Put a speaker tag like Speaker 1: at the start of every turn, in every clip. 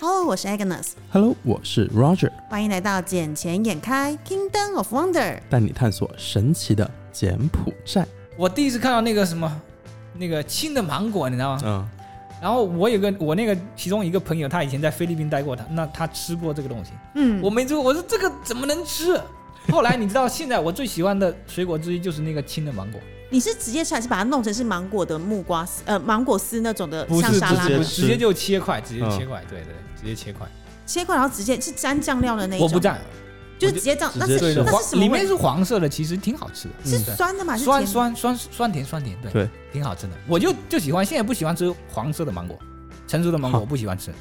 Speaker 1: Hello，我是 Agnes，
Speaker 2: Hello，我是 Roger，
Speaker 1: 欢迎来到《捡钱眼开 Kingdom of Wonder》。
Speaker 2: 带你探索神奇的柬埔寨。
Speaker 3: 我第一次看到那个什么，那个青的芒果，你知道吗？
Speaker 2: 嗯，
Speaker 3: 然后我有个我那个其中一个朋友，他以前在菲律宾待过，他那他吃过这个东西，
Speaker 1: 嗯，
Speaker 3: 我没吃过，我说这个怎么能吃？后来你知道，现在我最喜欢的水果之一就是那个青的芒果，
Speaker 1: 你是直接吃还是把它弄成是芒果的木瓜丝？呃，芒果丝那种的，
Speaker 3: 不
Speaker 1: 像
Speaker 3: 是
Speaker 1: 沙
Speaker 3: 不
Speaker 1: 拉
Speaker 2: 直接
Speaker 3: 是，
Speaker 1: 那
Speaker 3: 不
Speaker 1: 种
Speaker 3: 是
Speaker 2: 吃嗯
Speaker 3: 直接就切块，直接切块，对对，直接切块，
Speaker 1: 切块，然后直接是沾酱料的那一种。
Speaker 3: 我不蘸，
Speaker 1: 就是直接这样。
Speaker 2: 我
Speaker 1: 那
Speaker 2: 就是直接吃
Speaker 3: 对的，
Speaker 1: 那
Speaker 3: 黄
Speaker 1: 是什么味？
Speaker 3: 里面是黄色的，其实挺好吃的，
Speaker 1: 是
Speaker 3: 嗯对
Speaker 1: 酸的吗？还是
Speaker 3: 酸
Speaker 1: 甜的
Speaker 3: 酸酸酸甜酸甜，对，
Speaker 2: 对，
Speaker 3: 挺好吃的。我就就喜欢，现在不喜欢吃黄色的芒果，成熟的芒果
Speaker 2: 好
Speaker 3: 我不喜欢吃。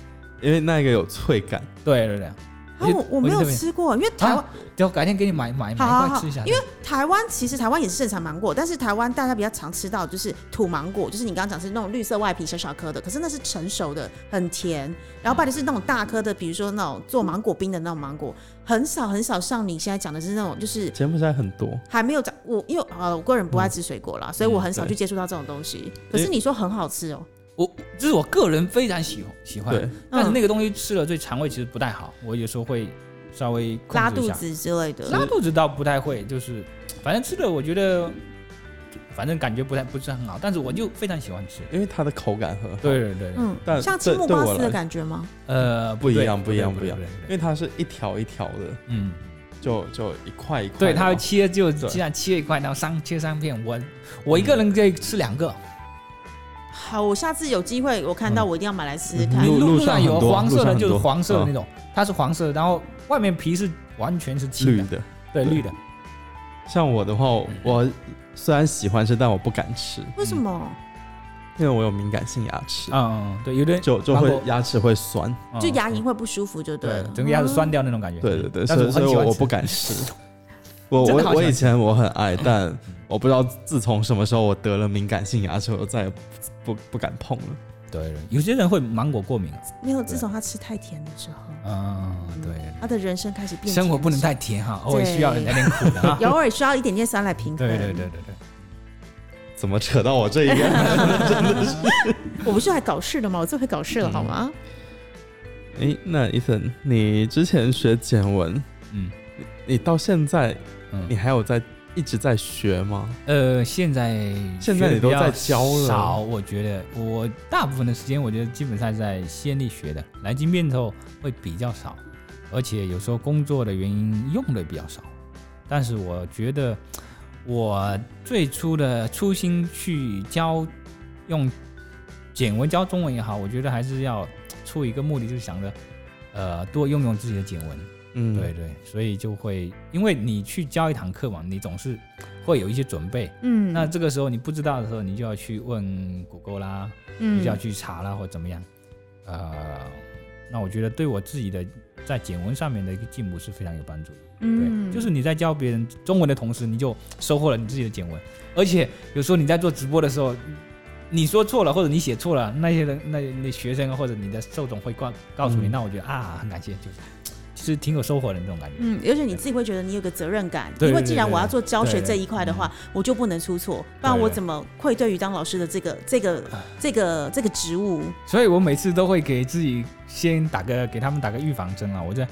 Speaker 2: 因为那个有脆感。
Speaker 3: 对对对，
Speaker 1: 啊，我我没有
Speaker 3: 我就特别
Speaker 1: 吃过，因为台湾
Speaker 3: 啊就改天给你买买
Speaker 1: 好
Speaker 3: 买
Speaker 1: 好
Speaker 3: 一块
Speaker 1: 好
Speaker 3: 吃一下。
Speaker 1: 因为台湾其实台湾也是正常芒果，但是台湾大家比较常吃到就是土芒果，就是你刚刚讲是那种绿色外皮小小颗的，可是那是成熟的，很甜。然后或者是那种大颗的，比如说那种做芒果冰的那种芒果，很少很少像你现在讲的是那种就是。
Speaker 2: 柬埔寨很多，
Speaker 1: 还没有长，我因为啊，我个人不爱吃水
Speaker 2: 嗯
Speaker 1: 果啦，所以我很少
Speaker 2: 对
Speaker 1: 去接触到这种东西。可是你说很好吃哦、
Speaker 3: 我这是我个人非常喜欢喜欢
Speaker 2: 对
Speaker 3: 的，，但
Speaker 1: 嗯
Speaker 3: 是那个东西吃了对肠胃其实不太好，我有时候会稍微控
Speaker 1: 拉
Speaker 3: 制一
Speaker 1: 肚
Speaker 3: 下，
Speaker 1: 子之类的，
Speaker 3: 拉
Speaker 2: 嗯
Speaker 3: 肚子倒不太会，就是反正吃了我觉得，反正感觉不太不是很好，但是我就非常喜欢吃。
Speaker 2: 因为它的口感很好，
Speaker 3: 对对对，对
Speaker 1: 嗯，
Speaker 2: 但
Speaker 1: 像青
Speaker 2: 对
Speaker 1: 木
Speaker 2: 对
Speaker 1: 瓜
Speaker 2: 我
Speaker 1: 丝的
Speaker 2: 来
Speaker 1: 感觉吗？
Speaker 3: 呃，
Speaker 2: 不一
Speaker 3: 对
Speaker 2: 样不一样不一，样
Speaker 3: 对
Speaker 1: 嗯
Speaker 3: 对对
Speaker 2: 因
Speaker 3: 对
Speaker 2: 为它是一条一条的，
Speaker 3: 嗯。
Speaker 2: 就就一块一块的嘛。
Speaker 3: 对，它会切就
Speaker 2: 对
Speaker 3: 这样切一块，然后三切三片。我我一个人可以吃两个。
Speaker 1: 好，我下次有机会我看到我一定要买来试试看。啊
Speaker 2: 嗯
Speaker 3: 啊路
Speaker 2: 路
Speaker 3: 路
Speaker 2: 上
Speaker 3: 上
Speaker 2: 很
Speaker 3: 有
Speaker 2: 多
Speaker 3: 黄色
Speaker 2: 路上
Speaker 3: 的，
Speaker 2: 很
Speaker 3: 就是
Speaker 2: 多
Speaker 3: 黄色的
Speaker 2: 嗯
Speaker 3: 那种，它是黄色的，然后外面皮是完全是青
Speaker 2: 绿
Speaker 3: 的，
Speaker 2: 的。
Speaker 3: 对
Speaker 2: 对
Speaker 3: 绿的。
Speaker 2: 像我的话，
Speaker 3: 嗯
Speaker 2: 我虽然喜欢吃，但我不敢吃，
Speaker 1: 为什么？
Speaker 2: 因为我有敏感性牙齿，
Speaker 3: 嗯，对，有点
Speaker 2: 就就
Speaker 3: 芒
Speaker 2: 会
Speaker 3: 果
Speaker 2: 牙齿会酸。
Speaker 3: 嗯
Speaker 1: 就牙龈嗯会不舒服就对
Speaker 3: 对
Speaker 1: 了，
Speaker 3: 整个牙齿酸掉那种感觉。
Speaker 2: 对对对，
Speaker 3: 但
Speaker 2: 所
Speaker 3: 是
Speaker 2: 以所
Speaker 3: 我很
Speaker 2: 以
Speaker 3: 喜欢
Speaker 2: 我我
Speaker 3: 吃
Speaker 2: 不敢 吃。我
Speaker 3: 真的
Speaker 2: 我
Speaker 3: 好喜
Speaker 2: 我
Speaker 3: 欢
Speaker 2: 以
Speaker 3: 吃
Speaker 2: 前我很爱，但我不知道自从什么时候我得了敏感性牙齿，我再也不不不敢碰了。
Speaker 3: 对，有些人会芒果过敏。
Speaker 1: 嗯。没有，自从他吃太甜的时候，
Speaker 3: 嗯，对，
Speaker 1: 他的人生开始变。
Speaker 3: 生活不能。太甜哈，偶尔
Speaker 1: 对。
Speaker 3: 需要来点苦的啊
Speaker 1: 偶尔需要一点点酸来平衡。
Speaker 3: 对对对对对，
Speaker 2: 怎么扯到我这一个？
Speaker 1: 我不是还搞事的吗？我最会搞
Speaker 3: 嗯
Speaker 1: 事了，好吗？
Speaker 2: 诶，那 Ethan，你之前学简文，
Speaker 3: 嗯
Speaker 2: 你到现在你
Speaker 3: 嗯。
Speaker 2: 还有在一直在学吗？
Speaker 3: 呃，现在
Speaker 2: 现在你都在教了
Speaker 3: 学得比较少，我觉得我大部分的时间，我觉得基本上在县里学的，来金变后会比较少，而且有时候工作的原因用的比较少。但是我觉得我最初的初心去教用简文教中文也好，我觉得还是要出一个目的，就是想着呃多用用自己的简文。
Speaker 2: 嗯，
Speaker 3: 对，对，所以就会因为你去教一堂课嘛，你总是会有一些准备。
Speaker 1: 嗯，
Speaker 3: 那这个时候你不知道的时候，你就要去问谷歌啦，你
Speaker 1: 嗯
Speaker 3: 就要去查啦，或怎么样。呃，那我觉得对我自己的在简文上面的一个进步是非常有帮助的。
Speaker 1: 嗯
Speaker 3: 对，就是你在教别人中文的同时，你就收获了你自己的简文，而且有时候你在做直播的时候。你说错了，或者你写错了，那些人、那那学生啊或者你的受众会告告诉你，
Speaker 2: 嗯
Speaker 3: 那我觉得啊，很感谢，就是其实挺有收获的那种感觉。
Speaker 1: 嗯，而且你自己会觉得你有个责任感，
Speaker 3: 对
Speaker 1: 因为
Speaker 3: 对
Speaker 1: 既
Speaker 3: 对
Speaker 1: 然我
Speaker 3: 对
Speaker 1: 要做教学
Speaker 3: 对
Speaker 1: 这一块的话，我就不能出错，不然
Speaker 3: 对
Speaker 1: 我怎么愧对于当老师的这个这个这个这个职务？
Speaker 3: 所以我每次都会给自己先打个给他们打个预防针啊，我在。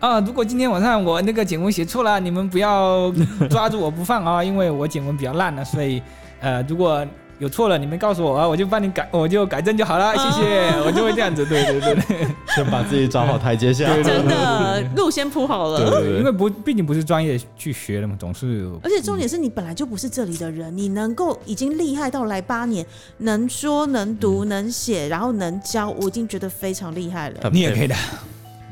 Speaker 3: 啊，如果今天晚上我那个简文写错了，你们不要抓住我不放啊，因为我简文比较烂了，所以，呃，如果有错了，你们告诉我啊，我就帮你改，我就改正就好了，谢谢，我就会这样子，对对对对，
Speaker 2: 先把自己找好台阶 下。
Speaker 1: 真的路先铺好了。
Speaker 2: 对对
Speaker 3: 因
Speaker 2: 对
Speaker 3: 为不，毕竟不是专业去学的嘛，总是有，
Speaker 1: 而且重点是你本来就不是这里的人，你能够已经厉害到来八年，能说能读
Speaker 3: 嗯
Speaker 1: 能写，然后能教，我已经觉得非常厉害了。
Speaker 2: 很
Speaker 3: 你也可以的，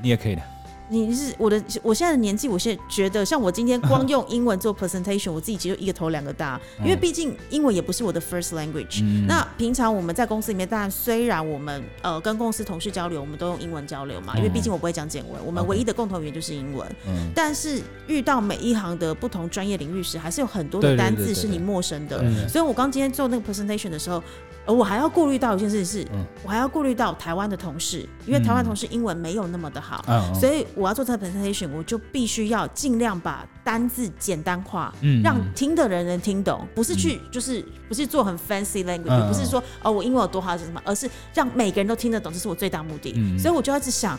Speaker 3: 你也可以的，
Speaker 1: 你是我的，我现在的年纪，我现在觉得，像我今天光用英文做 presentation，我自己就一个头两个大，因为毕竟英文也不是我的 first language。
Speaker 3: 嗯
Speaker 1: 那平常我们在公司里面，当然虽然我们呃跟公司同事交流，我们都用英文交流嘛，因为毕竟我不会讲简文，我们
Speaker 3: 嗯 OK
Speaker 1: 唯一的共同语言就是英文。
Speaker 3: 嗯，
Speaker 1: 但是遇到每一行的不同专业领域时，还是有很多
Speaker 3: 对
Speaker 1: 的
Speaker 3: 对
Speaker 1: 单
Speaker 3: 对
Speaker 1: 字
Speaker 3: 对
Speaker 1: 是你
Speaker 3: 对
Speaker 1: 陌生的。
Speaker 3: 嗯
Speaker 1: 所以我刚今天做那个 presentation 的时候，呃，我还要顾虑到一件事是，
Speaker 3: 嗯
Speaker 1: 我还要顾虑到台湾的同事，因为台湾同事英文没有那么的好，
Speaker 3: 嗯嗯
Speaker 1: 所以我要做这个 presentation，我就必须要尽量把单字简单化，
Speaker 3: 嗯
Speaker 1: 让听的人能听懂，不是去就是不是做很 fancy language，、
Speaker 3: 嗯
Speaker 1: 不是说哦我英文有多好是什么，而是让每个人都听得懂，这是我最大目的。
Speaker 3: 嗯
Speaker 1: 所以我就要一直想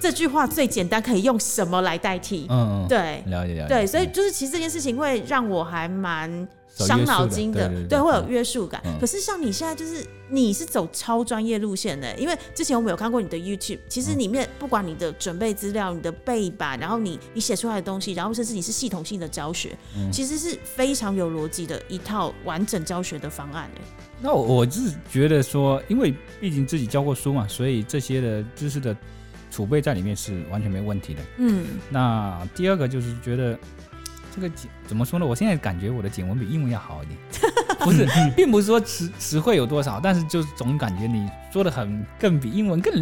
Speaker 1: 这句话最简单可以用什么来代替？
Speaker 3: 嗯，嗯，
Speaker 1: 对
Speaker 3: 了解了解，
Speaker 1: 对，所以就是其实这件事情会让我还蛮。
Speaker 3: 手约
Speaker 1: 伤
Speaker 3: 束
Speaker 1: 脑
Speaker 3: 的
Speaker 1: 筋
Speaker 3: 对对对
Speaker 1: 对，会有
Speaker 3: 嗯
Speaker 1: 约束感
Speaker 3: 嗯。
Speaker 1: 可是像你现在就是你是走超专业路线的，因为之前我们有看过你的 YouTube，其
Speaker 3: 嗯
Speaker 1: 实里面不管你的准备资料、你的背板，然后你你写出来的东西，然后甚至你是系统性的教学，
Speaker 3: 嗯
Speaker 1: 其实是非常有逻辑的一套完整教学的方案。哎
Speaker 3: 那我我是觉得说，因为毕竟自己教过书嘛，所以这些的知识的储备在里面是完全没问题的。
Speaker 1: 嗯，
Speaker 3: 那第二个就是觉得这个简怎么说呢？我现在感觉我的简文比英文要好一点， 不是，并不是说词词汇有多少，但是就是总感觉你说的很更比英文更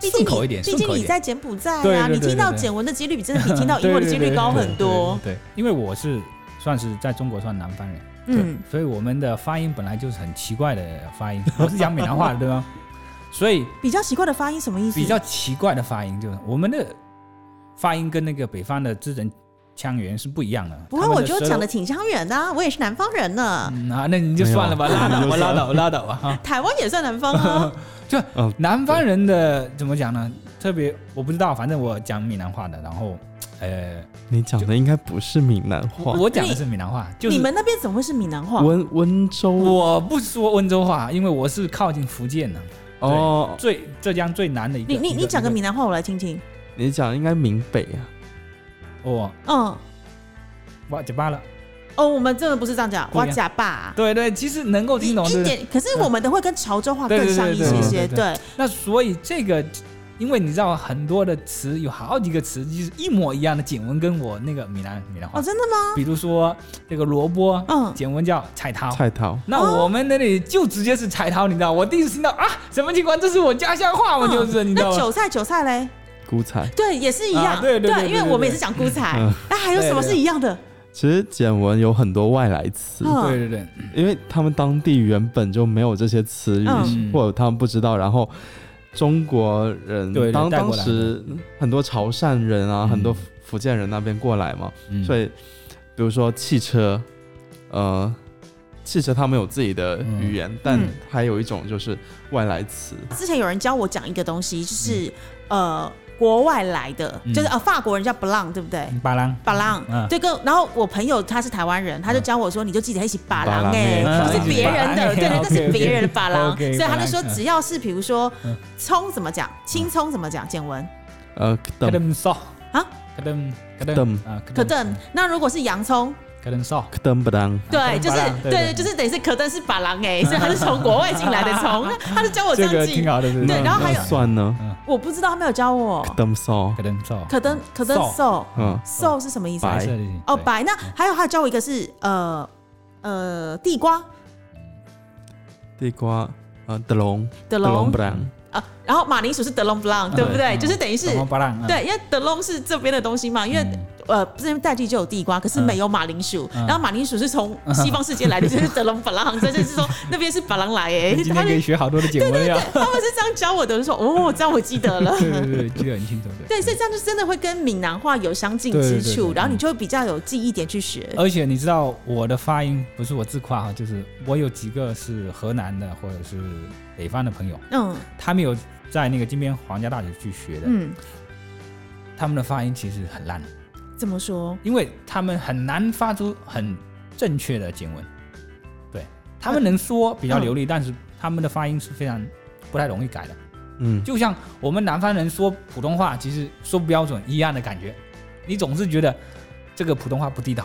Speaker 1: 毕
Speaker 3: 顺
Speaker 1: 竟
Speaker 3: 口
Speaker 1: 你
Speaker 3: 一点，
Speaker 1: 毕
Speaker 3: 顺
Speaker 1: 竟
Speaker 3: 口一
Speaker 1: 你
Speaker 3: 点。
Speaker 1: 在柬埔寨
Speaker 3: 对对
Speaker 1: 啊，
Speaker 3: 对
Speaker 1: 你
Speaker 3: 对
Speaker 1: 听到
Speaker 3: 对
Speaker 1: 简文的几率比真的比听到
Speaker 3: 。
Speaker 1: 英文的几率高很多
Speaker 3: 对，因为我是算是在中国算南方人，
Speaker 1: 嗯，
Speaker 3: 所以我们的发音本来就是很奇怪的发音。 我是讲闽南话的，对吗？所以
Speaker 1: 比较奇怪的发音什么意思？
Speaker 3: 比较奇怪的发音，就是我们的发音跟那个北方的字人腔源是不一样的。
Speaker 1: 不过
Speaker 3: 他们
Speaker 1: 我觉得
Speaker 3: 舌
Speaker 1: 讲
Speaker 3: 头
Speaker 1: 的挺香远的、啊，我也是南方人 呢，
Speaker 3: 嗯啊，那你就算了吧，
Speaker 2: 没有
Speaker 3: 拉倒吧，拉倒吧，拉倒吧哈。
Speaker 1: 台湾也算南方啊。
Speaker 3: 就
Speaker 2: 嗯
Speaker 3: 南方人的怎么讲呢？特别我不知道，反正我讲闽南话的，然后呃，
Speaker 2: 你讲的应该不是闽南话，
Speaker 3: 我讲的是闽南话，就是
Speaker 1: 你们那边怎么会是闽南话？
Speaker 2: 温温州
Speaker 3: 我不说温州话，因为我是靠近福建的，
Speaker 2: 哦，
Speaker 3: 最浙江最南的一个。
Speaker 1: 你你
Speaker 3: 一
Speaker 1: 你讲个
Speaker 3: 一
Speaker 1: 闽南话我来听听。
Speaker 2: 你讲应该闽北啊，
Speaker 3: 哦，
Speaker 1: 嗯，
Speaker 3: 哇，结巴了。
Speaker 1: 哦，我们真的不是这样讲，
Speaker 3: 不一
Speaker 1: 哇
Speaker 3: 样
Speaker 1: 假爸，
Speaker 3: 对对，其实能够听懂，
Speaker 1: 一
Speaker 3: 对不对？
Speaker 1: 点。可是我们的会跟潮州话更像一些些，
Speaker 3: 对对对对对
Speaker 1: 对，
Speaker 3: 那所以这个，因为你知道很多的词有好几个词就是一模一样的简文，跟我那个闽南闽南话
Speaker 1: 哦，，真的吗？
Speaker 3: 比如说这个萝卜，
Speaker 1: 嗯
Speaker 3: 简文叫菜桃。
Speaker 2: 菜桃
Speaker 3: 那
Speaker 1: 哦
Speaker 3: 我们那里就直接是菜桃，你知道？我第一次听到啊，什么情况？这是我家乡话吗？
Speaker 1: 嗯
Speaker 3: 就是你知道
Speaker 1: 那
Speaker 3: 吗？
Speaker 1: 韭菜韭菜嘞，
Speaker 2: 菇菜。
Speaker 1: 对，也是一
Speaker 3: 啊
Speaker 1: 样，
Speaker 3: 对对对对
Speaker 1: 因为
Speaker 3: 对
Speaker 1: 我们也
Speaker 3: 对
Speaker 1: 是讲菇菜
Speaker 2: 嗯，
Speaker 1: 那还有什么是一样的？
Speaker 2: 其实简文有很多外来词，
Speaker 1: 嗯
Speaker 3: 对对对，
Speaker 2: 因为他们当地原本就没有这些词语，
Speaker 1: 嗯
Speaker 2: 或者他们不知道，然后。中国人
Speaker 3: 对对
Speaker 2: 当
Speaker 3: 带过
Speaker 2: 当
Speaker 3: 来
Speaker 2: 时很多潮汕人啊，
Speaker 3: 嗯
Speaker 2: 很多福建人那边过来嘛，
Speaker 3: 嗯
Speaker 2: 所以比如说汽车，呃，汽车他们有自己的语言，但
Speaker 1: 嗯
Speaker 2: 还有一种就是外来词，
Speaker 1: 之前有人教我讲一个东西，就是
Speaker 3: 嗯
Speaker 1: 呃，国外来的，就是呃，法国人叫 blanc，对不对？
Speaker 3: 巴郎，
Speaker 1: 巴郎
Speaker 3: 嗯，
Speaker 1: 对，跟然后我朋友他是台湾人，他就教我说，你就记得一起巴郎哎，
Speaker 2: 巴郎
Speaker 1: 不
Speaker 2: 欸
Speaker 1: 是别人的，
Speaker 3: 嗯
Speaker 1: 对对，
Speaker 3: 嗯
Speaker 1: 那是别人的巴郎，所
Speaker 3: OK，
Speaker 1: 以他就说
Speaker 3: 巴郎嗯
Speaker 1: 只要是比如说
Speaker 3: 嗯
Speaker 1: 葱怎么讲，青葱怎么讲，简文
Speaker 2: 呃，
Speaker 3: 咯
Speaker 2: 等
Speaker 3: 噔嗦
Speaker 1: 啊，
Speaker 3: 咯噔咯
Speaker 2: 噔
Speaker 3: 噔啊，
Speaker 1: 可邓，那如果是洋葱，
Speaker 3: 咯噔嗦，
Speaker 2: 噔不当，
Speaker 3: 嗯
Speaker 1: 对，就是
Speaker 3: 巴郎对
Speaker 1: 对
Speaker 3: 对
Speaker 1: 对，就是等于是可邓是巴郎 哎，所以他是从国外进来的葱，他就教我这
Speaker 3: 这个
Speaker 1: 样记
Speaker 3: 挺，好的，
Speaker 1: 对然后
Speaker 3: 嗯
Speaker 1: 还有
Speaker 2: 那蒜呢，
Speaker 1: 我不知道他没有教我
Speaker 3: 哦
Speaker 2: 噔嗦，
Speaker 3: 咯噔嗦，
Speaker 1: 可邓可邓
Speaker 3: 瘦
Speaker 1: 瘦
Speaker 2: 嗯，
Speaker 1: 瘦是什么意思？
Speaker 2: 白
Speaker 3: 白色的
Speaker 1: 哦，白。那还有还有教我一个是呃呃地瓜
Speaker 2: 地瓜，呃，德龙，
Speaker 1: 的
Speaker 2: 德龙
Speaker 1: 龙
Speaker 2: 不当，
Speaker 1: 啊，然后马铃薯是德隆 blanc，对不
Speaker 3: 嗯
Speaker 1: 对？就是等于是。
Speaker 3: 巴郎，啊
Speaker 1: 对，因为德隆是这边的东西嘛，因为、呃，这边代际就有地瓜，可是没有马铃薯，
Speaker 3: 嗯
Speaker 1: 然后马铃薯是从西方世界来的，就是德隆法郎， 真的是说那边是法郎来哎、
Speaker 3: 今
Speaker 1: 他
Speaker 3: 天可以
Speaker 1: 们
Speaker 3: 学好多的简文呀，
Speaker 1: 他们是这样教我的，我就说哦，这样我记得了。
Speaker 3: 对对对，记得很清楚的。
Speaker 1: 对，所以这样就真的会跟闽南话有相近之
Speaker 3: 对对对
Speaker 1: 处，
Speaker 3: 对呃
Speaker 1: 然后你就会比较有记忆点去学。
Speaker 3: 而且你知道我的发音不是我自夸哈，就是我有几个是河南的或者是北方的朋友，
Speaker 1: 嗯
Speaker 3: 他们有在那个金边皇家大学去学的，
Speaker 1: 嗯，
Speaker 3: 他们的发音其实很烂，
Speaker 1: 怎么说？
Speaker 3: 因为他们很难发出很正确的简文。对他们能说比较流
Speaker 1: 嗯
Speaker 3: 利，但是他们的发音是非常不太容易改的。
Speaker 2: 嗯，
Speaker 3: 就像我们南方人说普通话，其实说不标准一样的感觉，你总是觉得这个普通话不地道。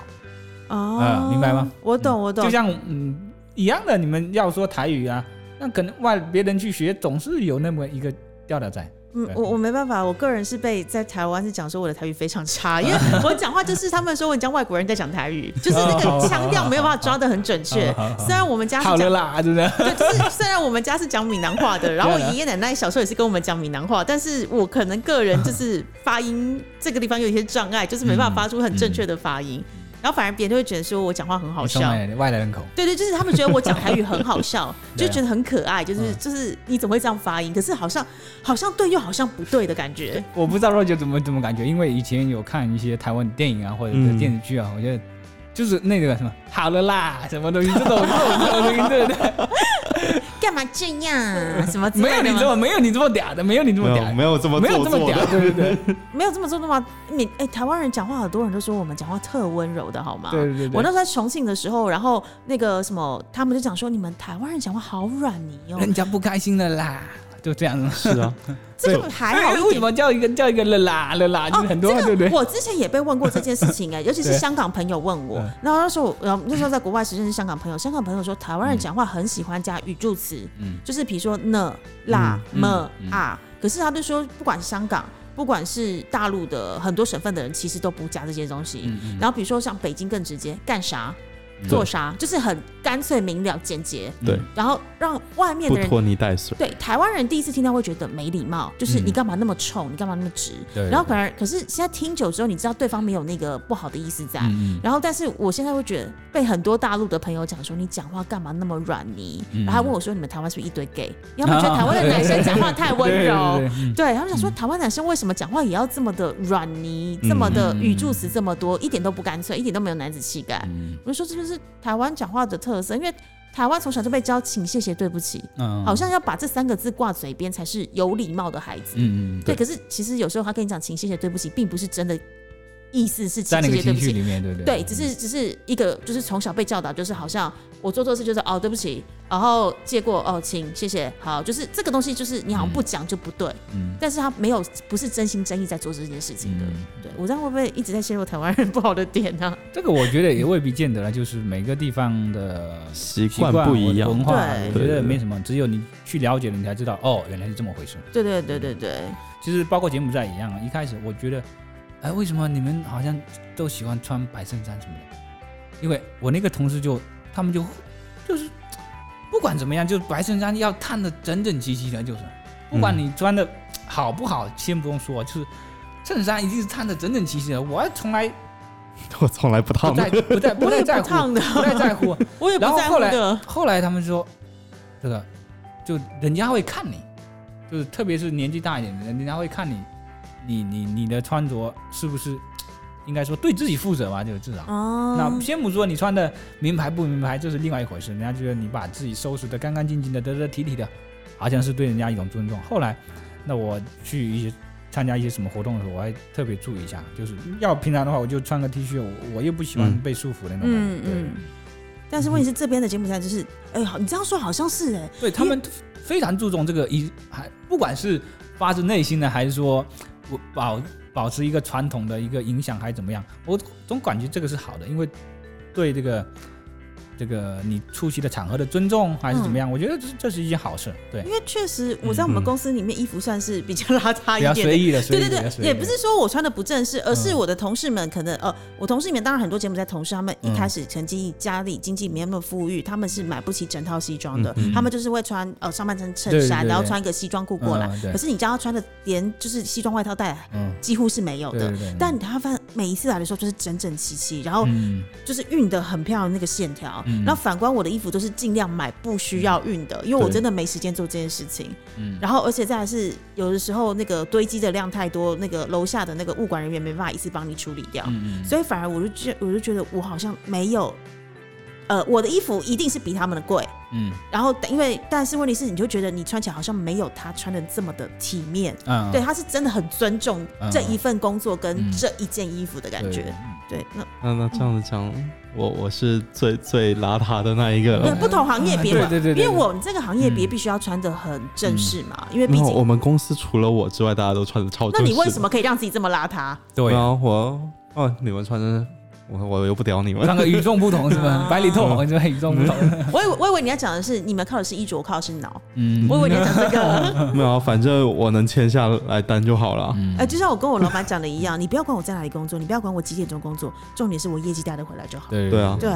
Speaker 1: 哦、
Speaker 3: 呃明白吗？
Speaker 1: 我懂，我懂
Speaker 3: 就。像嗯一样的，你们要说台语啊，那可能外别人去学，总是有那么一个调调在。
Speaker 1: 嗯
Speaker 3: 对，
Speaker 1: 我我没办法，我个人是被在台湾是讲说我的台语非常差， 因为我讲话就是他们说我讲外国人在讲台语，就是那
Speaker 3: 哦
Speaker 1: 个腔调没有办法抓得很准确
Speaker 3: 好好好。
Speaker 1: 虽然我们家是
Speaker 3: 哦好了
Speaker 1: 讲，
Speaker 3: 啦，是不是？
Speaker 1: 对，就是虽然我们家是讲闽南话的，然后我
Speaker 3: 对啊
Speaker 1: 爷爷奶奶小时候也是跟我们讲闽南话，但是我可
Speaker 3: 嗯
Speaker 1: 能个人就是发音这个地方有一些障碍，就是没办法发出很正确的发音。然后反而别人就会觉得说我讲话很好
Speaker 3: 你
Speaker 1: 笑
Speaker 3: 说。外外来人口，
Speaker 1: 对对，就是他们觉得我讲台语很好笑，
Speaker 3: 对
Speaker 1: 就
Speaker 3: 啊
Speaker 1: 觉得很可爱，就是、
Speaker 3: 嗯
Speaker 1: 就是你怎么会这样发音？可是好像好像对又好像不对的感觉。
Speaker 3: 我不知道 Roger 怎么怎么感觉，因为以前有看一些台湾电影啊或者是
Speaker 2: 嗯
Speaker 3: 电视剧啊，我觉得就是那个什么好了啦，什么东西这种这种东西，对对对，
Speaker 1: 干嘛这样？ 什么之
Speaker 3: 没
Speaker 1: 类
Speaker 3: 有
Speaker 1: 的
Speaker 3: 你
Speaker 1: 吗
Speaker 3: 这么没有你这么嗲的，没有你这么
Speaker 2: 没
Speaker 3: 嗲
Speaker 2: 有，没有这么
Speaker 3: 没有
Speaker 2: 做
Speaker 3: 这
Speaker 2: 作
Speaker 3: 么嗲，
Speaker 2: 的，
Speaker 3: 对对对
Speaker 1: 没有这么做的吗？你哎、台湾人讲话，很多人都说我们讲话特温柔的，好吗？
Speaker 3: 对对对
Speaker 1: 我那时候在重庆的时候，然后那个什么，他们就讲说你们台湾人讲话好软泥哦、
Speaker 3: 人家不开心了啦，就这样。
Speaker 2: 是 啊，
Speaker 1: 这个 还好
Speaker 3: 哎
Speaker 1: 一点。
Speaker 3: 为什么叫一个叫一个了啦了啦，就是很多
Speaker 1: 哦、
Speaker 3: 啊对
Speaker 1: 这
Speaker 3: 不
Speaker 1: 个
Speaker 3: 对？
Speaker 1: 我之前也被问过这件事 情哎、尤其是
Speaker 3: 对
Speaker 1: 香港朋友问我
Speaker 3: 嗯，
Speaker 1: 然后那时候我，然后那时候在国外时认识香港朋友，香港朋友说台湾人讲话很喜欢加语助词，
Speaker 3: 嗯
Speaker 1: 就是比如说呢、啦、
Speaker 3: 嗯
Speaker 1: 么、
Speaker 3: 嗯
Speaker 1: 啊，可是他就说不管是香港，不管是大陆的很多省份的人，其实都不加这些东西。
Speaker 3: 嗯嗯
Speaker 1: 然后比如说像北京更直接，干啥
Speaker 3: 嗯
Speaker 1: 做啥，就是很干脆明了简洁，
Speaker 2: 对，
Speaker 1: 然后让外面
Speaker 2: 不
Speaker 1: 的人。
Speaker 2: 拖泥带水，
Speaker 1: 对台湾人第一次听到会觉得没礼貌，就是
Speaker 3: 嗯
Speaker 1: 你干嘛那么臭，你干嘛那么直？
Speaker 3: 对
Speaker 1: 然后反而可是现在听久之后，你知道对方没有那个不好的意思在。
Speaker 3: 嗯嗯
Speaker 1: 然后，但是我现在会觉得被很多大陆的朋友讲说你讲话干嘛那么软泥，
Speaker 3: 嗯
Speaker 1: 然后他问我说你们台湾是不是一堆 gay？要么觉得台湾的男生讲话 太温柔，
Speaker 3: 对对对嗯嗯
Speaker 1: 对他们想说，台湾男生为什么讲话也要这么的软泥，这么的语助词这么多，一点都不干脆，一点都没有男子气概。
Speaker 3: 嗯
Speaker 1: 我就说这就是台湾讲话的特色，因为台湾从小就被教请、谢谢、对不起，
Speaker 3: 嗯
Speaker 1: 好像要把这三个字挂嘴边才是有礼貌的孩子。
Speaker 3: 嗯嗯
Speaker 1: 对，，可是其实有时候他跟你讲请、谢谢、对不起，并不是真的意思是请、
Speaker 3: 在那
Speaker 1: 谢
Speaker 3: 个
Speaker 1: 谢、对
Speaker 3: 情
Speaker 1: 不
Speaker 3: 绪
Speaker 1: 起。
Speaker 3: 里面，对不对？
Speaker 1: 对，只是只是一个，就是从小被教导，就是好像我做错事就是哦，对不起，然后借过哦，请谢谢，好，就是这个东西，就是你好像不讲就不对，
Speaker 3: 嗯
Speaker 1: 但是他没有不是真心真意在做这件事情的。
Speaker 3: 嗯
Speaker 1: 对我这样会不会一直在陷入台湾人不好的点啊呢、
Speaker 3: 这个我觉得也未必见得啦，就是每个地方的
Speaker 2: 习
Speaker 3: 习惯
Speaker 2: 不一样
Speaker 3: 文，化，
Speaker 1: 对
Speaker 3: 我觉得没什么，只有你去了解了，你才知道哦，原来是这么回事。
Speaker 1: 对对对对对，
Speaker 3: 其实包括柬埔寨一样啊，一开始我觉得，哎，为什么你们好像都喜欢穿白衬衫什么的？因为我那个同事就他们就就是不管怎么样，就是白衬衫要看的整整齐齐的，就是不管你穿的好不好，先不用说，就是衬衫一定是穿的整整齐齐的。我从来
Speaker 2: 我从来不
Speaker 3: 不
Speaker 2: 烫
Speaker 3: 在不在不
Speaker 1: 我
Speaker 3: 太
Speaker 1: 也
Speaker 3: 在
Speaker 1: 不
Speaker 3: 乎，
Speaker 1: 烫的，
Speaker 3: 不太在乎。
Speaker 1: 我也不
Speaker 3: 然后
Speaker 1: 在乎
Speaker 3: 后来
Speaker 1: 的。
Speaker 3: 后来他们说，这个就人家会看你，就是特别是年纪大一点的人，人家会看你，你你你的穿着是不是应该说对自己负责吧，就至少。
Speaker 1: 哦
Speaker 3: 那先不说你穿的名牌不名牌，这是另外一回事。人家觉得你把自己收拾的干干净净的、得得体体的，好像是对人家一种尊重。后来，那我去一些参加一些什么活动的时候，我还特别注意一下，就是要平常的话，我就穿个 T 恤，我我又不喜欢
Speaker 2: 嗯
Speaker 3: 被束缚的那种
Speaker 1: 嗯
Speaker 3: 感觉。
Speaker 1: 嗯。但是问题是，这边的柬埔寨就是，哎、好，你这样说好像是哎、
Speaker 3: 对他们非常注重这个一，还不管是发自内心的，还是说我保保持一个传统的一个影响，还是怎么样，我总感觉这个是好的，因为对这个这个你出席的场合的尊重，还是怎么
Speaker 1: 嗯
Speaker 3: 样，我觉得这这是一件好事，对，
Speaker 1: 因为确实我在我们
Speaker 2: 嗯
Speaker 1: 公司里面衣服算是比较邋遢
Speaker 3: 比
Speaker 1: 一
Speaker 3: 较
Speaker 1: 点的
Speaker 3: 随。意的，随
Speaker 1: 对
Speaker 3: 意
Speaker 1: 对
Speaker 3: 的
Speaker 1: 对，也不是说我穿的不正式，而是我的同事们可能呃，我
Speaker 3: 嗯
Speaker 1: 同事里面当然很多柬埔寨同事，他们一开始曾经家里经济没那么富裕，他们是买不起整套西装的，
Speaker 2: 嗯
Speaker 3: 嗯
Speaker 1: 他们就是会穿呃上半身
Speaker 3: 对
Speaker 1: 衬
Speaker 3: 对
Speaker 1: 衫，
Speaker 3: 对
Speaker 1: 然后
Speaker 3: 对
Speaker 1: 穿一个西装裤过来。
Speaker 3: 嗯对
Speaker 1: 可是你叫他穿的连就是西装外套带来，
Speaker 3: 嗯，
Speaker 1: 几乎是没有
Speaker 3: 对
Speaker 1: 的
Speaker 3: 对。对，
Speaker 1: 但他发现每一次来的时候就是整整齐齐，然后
Speaker 3: 嗯
Speaker 1: 就是熨的很漂亮那个线条。
Speaker 3: 嗯
Speaker 1: 然后反观我的衣服都是尽量买不需要熨的，因为我
Speaker 2: 对
Speaker 1: 真的没时间做这件事情。
Speaker 3: 嗯
Speaker 1: 然后而且再来是有的时候那个堆积的量太多，那个楼下的那个物管人员没办法一次帮你处理掉，
Speaker 3: 嗯嗯，
Speaker 1: 所以反而我就觉我就觉得我好像没有，呃，我的衣服一定是比他们的贵。
Speaker 3: 嗯
Speaker 1: 然后因为但是问题是，你就觉得你穿起来好像没有他穿的这么的体面。
Speaker 3: 嗯，
Speaker 1: 对，他是真的很尊重
Speaker 3: 嗯
Speaker 1: 这一份工作跟
Speaker 3: 嗯
Speaker 1: 这一件衣服的感
Speaker 3: 对
Speaker 1: 觉。对，那
Speaker 2: 那那这样子讲，我我是最最邋遢的那一个
Speaker 1: 对
Speaker 2: 了。
Speaker 1: 不同行业别嘛，
Speaker 3: 呃对对对对
Speaker 1: 因为我们这个行业别
Speaker 3: 嗯
Speaker 1: 必须要穿的很正式嘛，因为毕
Speaker 2: 然后我
Speaker 1: 竟。
Speaker 2: 们公司除了我之外，大家都穿的超正
Speaker 1: 那
Speaker 2: 式的。
Speaker 1: 你为什么可以让自己这么邋 遢？
Speaker 3: 对
Speaker 2: 然，后我哦，你们穿的，我我又不屌你 们。
Speaker 3: 那个与众不同是吧？百里透
Speaker 1: 嗯
Speaker 3: 红是吧？与众不同，
Speaker 1: 我以为我以为你要讲的是你们靠的是衣着，我靠的是脑。
Speaker 3: 嗯
Speaker 1: 我以为你要讲这个，
Speaker 2: 没有啊，反正我能签下来单就好了。
Speaker 3: 嗯
Speaker 1: 呃，就像我跟我老板讲的一样， 你不要管我在哪里工作，你不要管我几点钟工作，重点是我业绩带得回来就好。
Speaker 3: 对
Speaker 2: 对啊
Speaker 1: 对，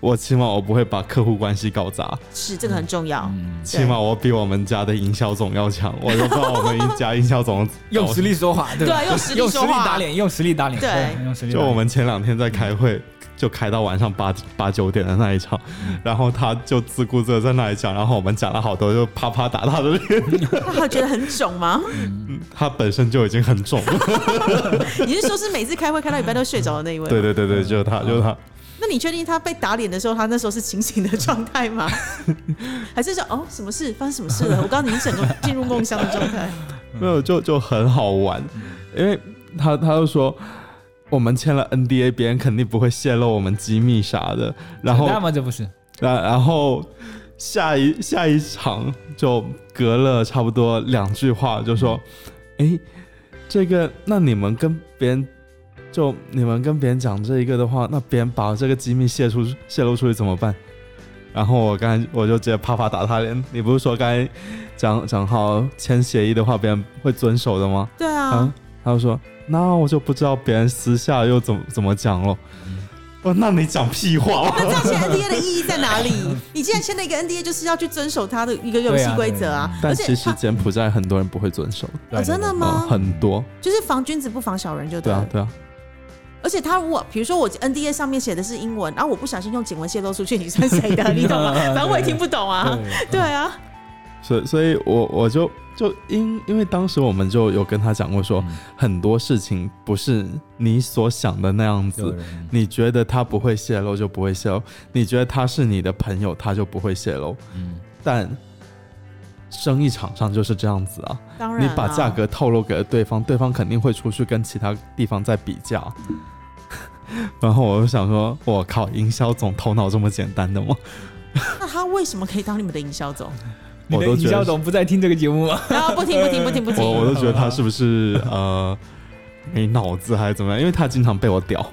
Speaker 2: 我起码我不会把客户关系搞砸，
Speaker 1: 是这个很重要。
Speaker 3: 嗯，
Speaker 2: 起码我比我们家的营销总要强。我都不知道我们家营销总
Speaker 3: 用实，力说话，对吧？
Speaker 1: 对用实力
Speaker 3: 用
Speaker 1: 说话
Speaker 3: 打脸，用实力打脸，
Speaker 1: 对
Speaker 3: 用实力打
Speaker 2: 就
Speaker 3: 脸。
Speaker 2: 我们前两天在开会，就就开到晚上八八九点的那一场，然后他就自顾自的在那里讲，然后我们讲了好多，就啪啪打他的脸，
Speaker 1: 他会觉得很肿吗？
Speaker 2: 他本身就已经很肿了。
Speaker 1: 你是说是每次开会开到一半都睡着的那一位？
Speaker 2: 对。对对对，就是他，就是他。
Speaker 1: 那你确定他被打脸的时候，他那时候是清醒的状态 吗？还是说哦，什么事发生什么事了？我刚刚已经整个进入梦乡的状 态。
Speaker 2: 没有，就就很好玩，因为他他就说我们签了 NDA，别人肯定不会泄露我们机密啥的。然后
Speaker 3: 扯淡吗？这不是
Speaker 2: 然然后下一下一场就隔了差不多两句话，就说，哎，这个那你们跟别人就你们跟别人讲这一个的话，那别人把这个机密泄出泄露出去怎么办？然后我刚才我就直接啪啪打他脸，你不是说刚才讲讲好签协议的话，别人会遵守的吗？
Speaker 1: 对啊
Speaker 2: 啊，，他就说：“那我就不知道别人私下又怎么怎么讲了。”我说：“那你讲屁话
Speaker 1: 那这样签 NDA 的意义在哪里？你既然签了一个 NDA，就是要去遵守他的一个游戏规则啊。
Speaker 2: 但
Speaker 1: 而且
Speaker 2: 其实
Speaker 1: 他
Speaker 2: 柬埔寨很多人不会遵守，
Speaker 3: 对
Speaker 1: 哦真的
Speaker 3: 对
Speaker 1: 吗
Speaker 2: 嗯很多，
Speaker 1: 就是防君子不防小人就
Speaker 2: 对
Speaker 1: 对了。
Speaker 2: 啊，对啊，
Speaker 1: 而且他如果比如说我 NDA 上面写的是英文，然后我不小心用简文泄露出去，你算谁的？你懂 吗？反正我也听不懂啊。
Speaker 3: 对
Speaker 1: 对啊，
Speaker 2: 所以所以我我就就因因为当时我们就有跟他讲过说，
Speaker 3: 嗯
Speaker 2: 很多事情不是你所想的那样
Speaker 3: 有
Speaker 2: 子，
Speaker 3: 人
Speaker 2: 你觉得他不会泄露就不会泄露，你觉得他是你的朋友他就不会泄露，
Speaker 3: 嗯
Speaker 2: 但生意场上就是这样子啊，
Speaker 1: 当然
Speaker 2: 你
Speaker 1: 啊、
Speaker 2: 把价格透露给了对方，对方肯定会出去跟其他地方再比价。 然后我就想说，我靠，营销总头脑这么简单 的吗？
Speaker 1: 那他为什么可以当你们的营销总？
Speaker 3: 你
Speaker 2: 我
Speaker 3: 的
Speaker 2: 都
Speaker 3: 营
Speaker 2: 觉
Speaker 3: 销
Speaker 2: 得是，
Speaker 3: 总不在听这个节目吗？
Speaker 1: 啊，不听不听不听不
Speaker 2: 我我
Speaker 1: 听。
Speaker 2: 都觉得他是不是呃没脑子还是怎么样？因为他经常被我屌，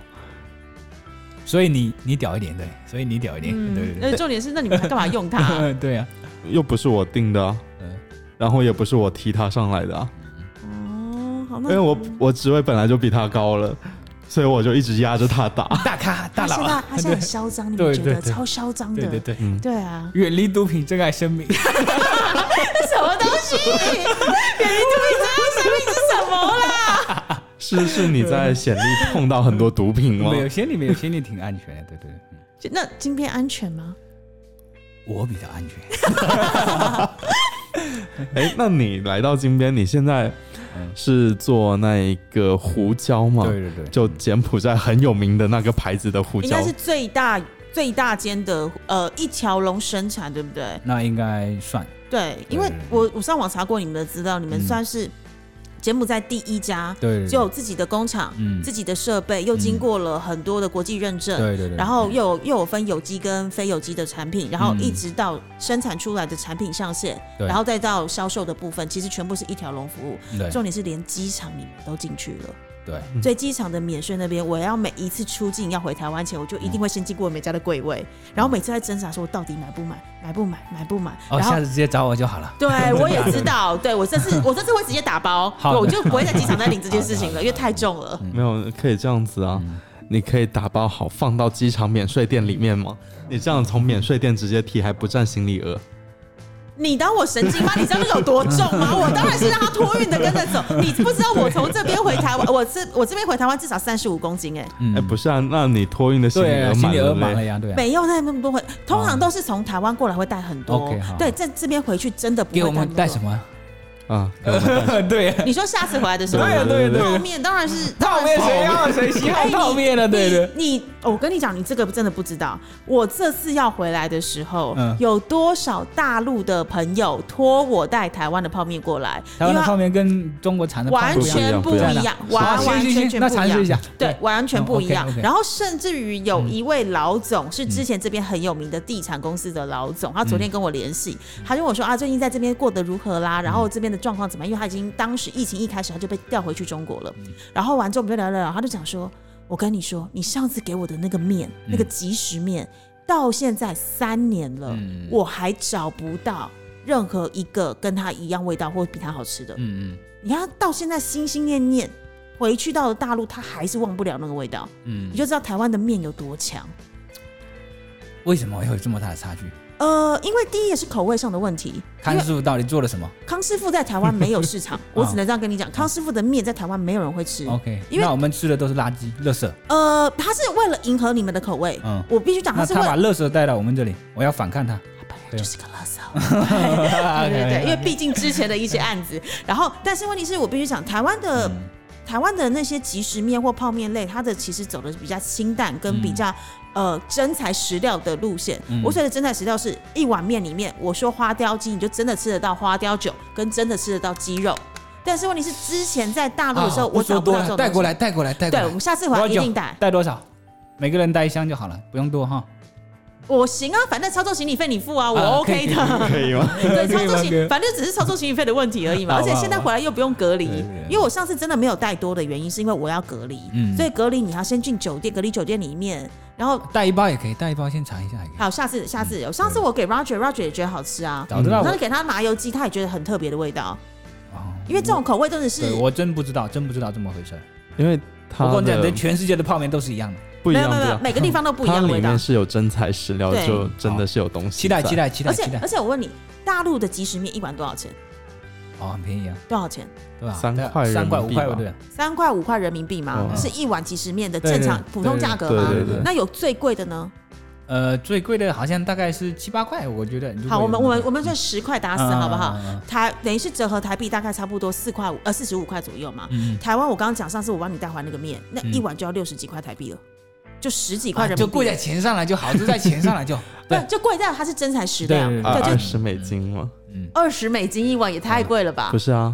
Speaker 3: 所以你你屌一点，对，所以你屌一点，对对
Speaker 1: 那嗯重点是，那你们还干嘛用他？
Speaker 3: 对，对啊，
Speaker 2: 又不是我定的啊、
Speaker 3: 嗯
Speaker 2: 然后也不是我提他上来的啊、
Speaker 1: 哦，好，那
Speaker 2: 因
Speaker 3: 哎
Speaker 2: 为我我职位本来就比他高了，所以我就一直压着他打。
Speaker 3: 大咖
Speaker 1: 他
Speaker 3: 大
Speaker 1: 现
Speaker 3: 佬
Speaker 1: 在
Speaker 3: 啊，
Speaker 1: 他现在很嚣张，你
Speaker 3: 对
Speaker 1: 们觉得
Speaker 3: 对对
Speaker 1: 超嚣张的
Speaker 3: 对？对对，，
Speaker 2: 嗯，
Speaker 1: 对啊
Speaker 3: 远离毒品，珍爱 生命。
Speaker 1: 这什么东西？ 远离毒品，这生命是什么啦？
Speaker 2: 是是你在显力碰到很多毒品吗
Speaker 3: 没？有仙女，没有仙女挺安全的，对对对，嗯
Speaker 1: 就那晶片安全吗？
Speaker 3: 我比较安全。
Speaker 2: 哎，那你来到金边，你现在
Speaker 3: 嗯
Speaker 2: 是做那一个胡椒吗？
Speaker 3: 对对对，
Speaker 2: 就柬埔寨很有名的那个牌子的胡
Speaker 1: 应
Speaker 2: 椒
Speaker 1: 该，是最大最大间的呃一条龙生产，对不对？
Speaker 3: 那应该算
Speaker 1: 对，因为
Speaker 3: 对
Speaker 1: 我我上网查过你们的资料，你们
Speaker 3: 嗯
Speaker 1: 算是柬埔寨第一家，
Speaker 3: 对，对对
Speaker 1: 就有自己的工厂、
Speaker 3: 嗯，
Speaker 1: 自己的设备，又经过了很多的国际认证。
Speaker 3: 对对对，
Speaker 1: 然后又有又有分有机跟非有机的产品，然后一直到生产出来的产品上线，
Speaker 3: 嗯对
Speaker 1: 然后再到销售的部分，其实全部是一条龙服务。
Speaker 3: 对
Speaker 1: 重点是连机场你们都进去了，
Speaker 3: 对哦
Speaker 2: 嗯
Speaker 1: 所以机场的免税那边，我要每一次出境要回台湾前，我就一定会先经过美家的柜位，
Speaker 3: 嗯
Speaker 1: 然后每次在挣扎说我到底买不买，买不买，买不买，
Speaker 3: 哦，
Speaker 1: 然后
Speaker 3: 下次直接找我就好了。
Speaker 1: 对，我也知道。对我这次，我这次会直接打包，
Speaker 3: 好
Speaker 1: 对
Speaker 3: 的
Speaker 1: 我就不会在机场再领这件事情了，因为太重了。
Speaker 2: 没有可以这样子啊？
Speaker 3: 嗯
Speaker 2: 你可以打包好放到机场免税店里面吗？你这样从免税店直接提还不占行李额，
Speaker 1: 你当我神经吗？你知道那个有多重 吗？我当然是让他托运的跟着走。你不知道我从这边回台湾，我这我这边回台湾至少三十五公斤哎、
Speaker 3: 嗯
Speaker 2: 哎、不是啊，那你托运的行李
Speaker 3: 对啊，
Speaker 2: 额
Speaker 3: 行
Speaker 2: 满
Speaker 3: 李额满
Speaker 2: 了
Speaker 3: 了
Speaker 2: 嘞？
Speaker 3: 呀，对啊，
Speaker 1: 没有那么多回，通常都是从台湾过来会带很多。
Speaker 3: 哦 OK，好
Speaker 1: 对，在这边回去真的不会
Speaker 3: 给我们带
Speaker 1: 么
Speaker 3: 什
Speaker 1: 多。
Speaker 3: 么？
Speaker 2: 啊，
Speaker 3: 对啊，
Speaker 1: 你说下次回来的时候，
Speaker 3: 对啊对啊对啊
Speaker 1: 泡面当然是
Speaker 3: 泡面谁要谁喜
Speaker 1: 哎
Speaker 3: 好
Speaker 1: 你
Speaker 3: 泡面了？对对，
Speaker 1: 你你哦我跟你讲，你这个真的不知道。我这次要回来的时候，
Speaker 3: 嗯
Speaker 1: 有多少大陆的朋友托我带台湾的泡面过来？
Speaker 3: 台湾
Speaker 1: 因
Speaker 3: 的
Speaker 1: 为
Speaker 3: 泡面跟中国产的泡
Speaker 1: 完
Speaker 3: 面不一样
Speaker 1: 全
Speaker 2: 不一样
Speaker 1: 一
Speaker 3: 不
Speaker 1: 样
Speaker 3: 一样，
Speaker 1: 完
Speaker 3: 是
Speaker 1: 完
Speaker 3: 行
Speaker 1: 全
Speaker 3: 行
Speaker 1: 全
Speaker 3: 那
Speaker 1: 不
Speaker 3: 尝试
Speaker 1: 一
Speaker 3: 一
Speaker 1: 样
Speaker 3: 下。
Speaker 1: 对
Speaker 3: 对，
Speaker 1: 完全不一样
Speaker 3: 嗯，OK，OK。
Speaker 1: 然后甚至于有
Speaker 3: 嗯
Speaker 1: 一位老总是之前这边很有名的地产公司的老总，他昨
Speaker 3: 嗯
Speaker 1: 天跟我联系，他就问我说啊，最近在这边过得如何啦？然
Speaker 3: 嗯
Speaker 1: 后这边的状况怎么样？因为他已经当时疫情一开始他就被调回去中国了。
Speaker 3: 嗯
Speaker 1: 然后完之后我们就聊聊聊，他就讲说，我跟你说，你上次给我的那个面，那个即食面，到现在三年了，
Speaker 3: 嗯
Speaker 1: 我还找不到。任何一个跟他一样味道或比他好吃的，
Speaker 3: 嗯
Speaker 1: 你看他到现在心心念念，回去到了大陆，他还是忘不了那个味道，
Speaker 3: 嗯
Speaker 1: 你
Speaker 3: 嗯，
Speaker 1: 就知道台湾的面有多强。
Speaker 3: 为什么会有这么大的差距？
Speaker 1: 呃，因为第一也是口味上的问题，因
Speaker 3: 康
Speaker 1: 为
Speaker 3: 师傅到底做了什么
Speaker 1: 康师傅在台湾没有市 场，我只能这样跟你
Speaker 3: 哦
Speaker 1: 讲，康师傅的面在台湾没有人会吃。
Speaker 3: ？OK，
Speaker 1: 因为
Speaker 3: 那我们吃的都是垃圾、垃圾。
Speaker 1: 呃，他是为了迎合你们的口味，
Speaker 3: 嗯
Speaker 1: 我必须讲，
Speaker 3: 那
Speaker 1: 他是
Speaker 3: 他
Speaker 1: 为
Speaker 3: 把垃圾带到我们这里，我要反抗他。 对
Speaker 1: 就
Speaker 3: 啊
Speaker 1: 是个垃圾。 对对对，因为毕竟之前的一些案 子，然后但是问题是我必须讲，台湾的、台湾的那些即食面或泡面类，它的其实走的比较清淡，跟比较、呃真材实料的路线。嗯我所谓的真材实料是一碗面里面，我说花雕鸡，你就真的吃得到花雕酒，跟真的吃得到鸡肉。但是问题是，之前在大陆的时候，
Speaker 3: 啊
Speaker 1: 我
Speaker 3: 说
Speaker 1: 找不
Speaker 3: 多
Speaker 1: 到
Speaker 3: 了
Speaker 1: 这种
Speaker 3: 带过
Speaker 1: 来。
Speaker 3: 来，带过来，带过
Speaker 1: 对，
Speaker 3: 来
Speaker 1: 我。们下次回来
Speaker 3: 多少
Speaker 1: 一
Speaker 3: 酒
Speaker 1: 定带。
Speaker 3: 带多少？每个人带一箱就好了，不用多哈。
Speaker 1: 我行啊，反正操作行李费你付啊，我
Speaker 3: 啊可
Speaker 1: OK
Speaker 3: 以
Speaker 1: 的。
Speaker 2: 可以 吗？
Speaker 1: 对，操作
Speaker 3: OK，OK
Speaker 1: 行，反正只是操作行李费的问题而已嘛。
Speaker 3: 好
Speaker 1: 而
Speaker 3: 吧
Speaker 1: 且现在回来又不用隔离
Speaker 3: 好吧对对，
Speaker 1: 因为我上次真的没有带多的原因，是因为我要隔离，
Speaker 3: 嗯
Speaker 1: 所以隔离你要先进酒店，隔离酒店里面，然后
Speaker 3: 带一包也可以，带一包先尝一下也可以。
Speaker 1: 好，下次下次有，上次我给 Roger，Roger 也觉得好吃啊，
Speaker 3: 早知道
Speaker 1: 然后
Speaker 3: 我
Speaker 1: 给他麻油鸡，他也觉得很特别的味道，
Speaker 3: 哦
Speaker 1: 因为这种口味真的是
Speaker 3: 对我真不知道，真不知道这么回事。
Speaker 2: 因为
Speaker 3: 我
Speaker 2: 它
Speaker 3: 跟你讲，这
Speaker 2: 的
Speaker 3: 全世界的泡面都是一样的。
Speaker 2: 不一
Speaker 1: 没有
Speaker 2: 样，
Speaker 1: 没有
Speaker 2: 不一
Speaker 1: 没有，
Speaker 2: 样，
Speaker 1: 每个地方都不一
Speaker 2: 它
Speaker 1: 样的
Speaker 2: 里
Speaker 1: 味道
Speaker 2: 面。是有真材实料，
Speaker 1: 对
Speaker 2: 就真的是有东西在。
Speaker 3: 期待，期待，期待，
Speaker 1: 而且
Speaker 3: 期待
Speaker 1: 而。且我问你，大陆的即食面一碗多少钱？
Speaker 3: 哦，很便宜啊，
Speaker 1: 多少钱？
Speaker 3: 对吧？
Speaker 2: 三
Speaker 3: 对啊
Speaker 2: 块人
Speaker 3: 三块
Speaker 2: 民
Speaker 3: 五
Speaker 2: 币
Speaker 3: 块
Speaker 2: 吧
Speaker 3: 对啊。
Speaker 1: 三块五块人民币吗？
Speaker 2: 嗯
Speaker 1: 是一碗即食面的
Speaker 3: 对
Speaker 1: 正
Speaker 3: 对
Speaker 1: 常普通价格
Speaker 2: 对
Speaker 1: 吗？
Speaker 2: 对对，
Speaker 1: 那有最贵的呢？
Speaker 3: 呃，最贵的好像大概是七八块，我觉得。如果
Speaker 1: 好，我们
Speaker 3: 有
Speaker 1: 我们
Speaker 3: 那个
Speaker 1: 我们算十块打死
Speaker 3: 嗯
Speaker 1: 好不好
Speaker 3: 嗯嗯嗯？
Speaker 1: 台等于是折合台币大概差不多四块五呃四十五块左右嘛。
Speaker 3: 嗯
Speaker 1: 台湾我刚刚讲上次我帮你带回来那个面，那
Speaker 3: 嗯
Speaker 1: 一碗就要六十几块台币了，就十几块
Speaker 3: 啊
Speaker 1: 人
Speaker 3: 就
Speaker 1: 民
Speaker 3: 贵
Speaker 1: 币
Speaker 3: 在
Speaker 1: 了。
Speaker 3: 钱上了就好，就在钱上了就
Speaker 1: 对，就贵在它是真材实料，
Speaker 3: 对对
Speaker 2: 二
Speaker 3: 啊对
Speaker 1: 对，
Speaker 2: 二
Speaker 1: 就
Speaker 2: 十美金吗？
Speaker 3: 嗯
Speaker 1: 二十美金一碗也太贵了吧
Speaker 2: 不？是啊，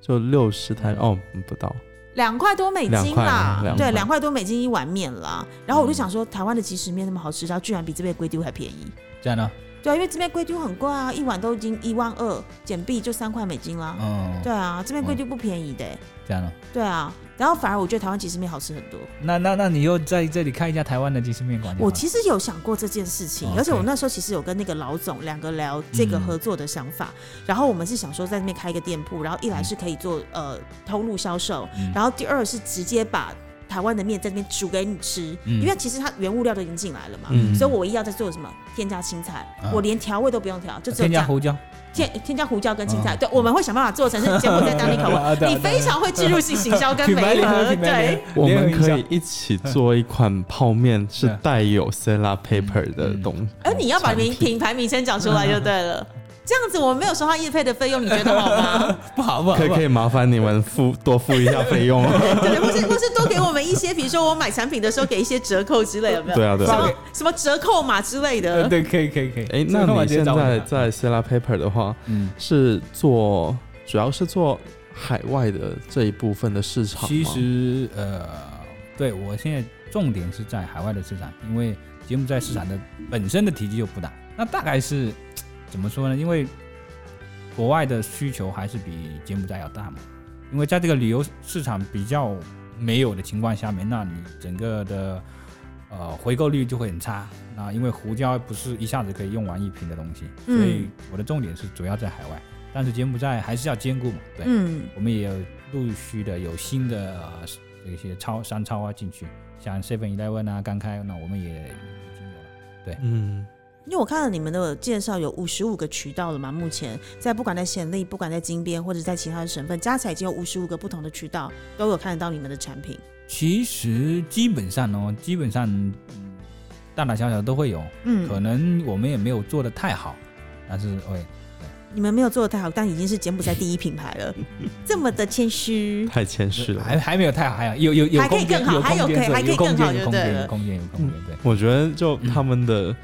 Speaker 2: 就六十台哦，不到。
Speaker 1: 两块多美金啦
Speaker 2: 两块两，块
Speaker 1: 对，两块多美金一碗面啦。然后我就想说，台湾的即食面那么好吃，它居然比这边龟丢还便宜。
Speaker 3: 这样呢。
Speaker 1: 对啊，因为这边龟丢很贵啊，一碗都已经一万二，减币就三块美金啦。
Speaker 3: 嗯，
Speaker 1: 对啊，这边龟丢不便宜的欸、
Speaker 3: 这样呢。
Speaker 1: 对啊，然后反而我觉得台湾即食面好吃很多。
Speaker 3: 那那那你又在这里开一家台湾的即食面馆就好了？
Speaker 1: 我其实有想过这件事情，
Speaker 3: OK
Speaker 1: 而且我那时候其实有跟那个老总两个聊这个合作的想法，然后我们是想说在那边开一个店铺，然后一来是可以做呃通路销售，
Speaker 3: 嗯
Speaker 1: 然后第二是直接把。台湾的面在那边煮给你吃，
Speaker 3: 嗯
Speaker 1: 因为其实它原物料都已经进来了嘛，
Speaker 2: 嗯
Speaker 1: 所以我唯一要在做什么添加青菜，
Speaker 3: 啊
Speaker 1: 我连调味都不用调，就只有
Speaker 3: 添加
Speaker 1: 加
Speaker 3: 胡椒，
Speaker 1: 添添加胡椒跟青菜。对，我们会想办法做成是柬埔寨当地口
Speaker 3: 啊
Speaker 1: 味。
Speaker 3: 对啊
Speaker 1: 你非常会置入性行销 跟媒合，对，
Speaker 2: 我们可以一起做一款泡面，是带有 Sela Paper 的东西。
Speaker 1: 而嗯哎你要把名
Speaker 2: 产品
Speaker 1: 品牌名称讲出来就对了。这样子我们没有收到业配的费用，你觉得好吗？
Speaker 3: 不好不好，
Speaker 2: 可以可
Speaker 3: 以
Speaker 2: 以麻烦你们付多付一下费用吗？
Speaker 1: 对，或是或是多给我们一些，比如说我买产品的时候给一些折扣之类，有没有？
Speaker 2: 对啊对啊
Speaker 1: 什么什么折扣码之类的。
Speaker 3: 呃对，可以可以可以。
Speaker 2: 哎，
Speaker 3: 这
Speaker 2: 那
Speaker 3: 个我
Speaker 2: 你
Speaker 3: 直接
Speaker 2: 现
Speaker 3: 找
Speaker 2: 在
Speaker 3: 你啊
Speaker 2: 在 Sela Paper 的话，
Speaker 3: 嗯，
Speaker 2: 是做主要是做海外的这一部分的市场吗？
Speaker 3: 其实呃，对我现在重点是在海外的市场，因为嗯柬埔寨市场的本身的体积就不大。那大概是怎么说呢？因为国外的需求还是比柬埔寨要大嘛。因为在这个旅游市场比较没有的情况下面，那你整个的呃回购率就会很差。那因为胡椒不是一下子可以用完一瓶的东西，所以
Speaker 1: 嗯
Speaker 3: 我的重点是主要在海外，但是柬埔寨还是要兼顾嘛，对。
Speaker 1: 嗯，
Speaker 3: 我们也有陆续的有新的呃这些超商超啊进去，像 Seven Eleven 啊刚开，那我们也已经有了。
Speaker 2: 嗯，
Speaker 1: 因为我看了你们的介绍，有五十五个渠道了嘛？目前在不管在暹粒，不管在金边，或者在其他的省份，加起来已经有五十五个不同的渠道都有看得到你们的产品。
Speaker 3: 其实基本上哦，基本上、嗯、大大小小都会有，可
Speaker 1: 嗯，
Speaker 3: 能我们也没有做的太好，但是哎，
Speaker 1: 你们没有做的太好，但已经是柬埔寨第一品牌了，这么的谦虚。
Speaker 2: 太谦虚了。
Speaker 3: 还还没有太好，还有有有有
Speaker 1: 还可以
Speaker 3: 空间
Speaker 1: 更好还有
Speaker 3: 空间
Speaker 1: 可以还可以
Speaker 3: 有空
Speaker 1: 更好
Speaker 3: 间有
Speaker 1: 就
Speaker 3: 空
Speaker 1: 对
Speaker 3: 间
Speaker 1: 了嗯
Speaker 3: 有空间有空间对。
Speaker 2: 我觉得就他们的、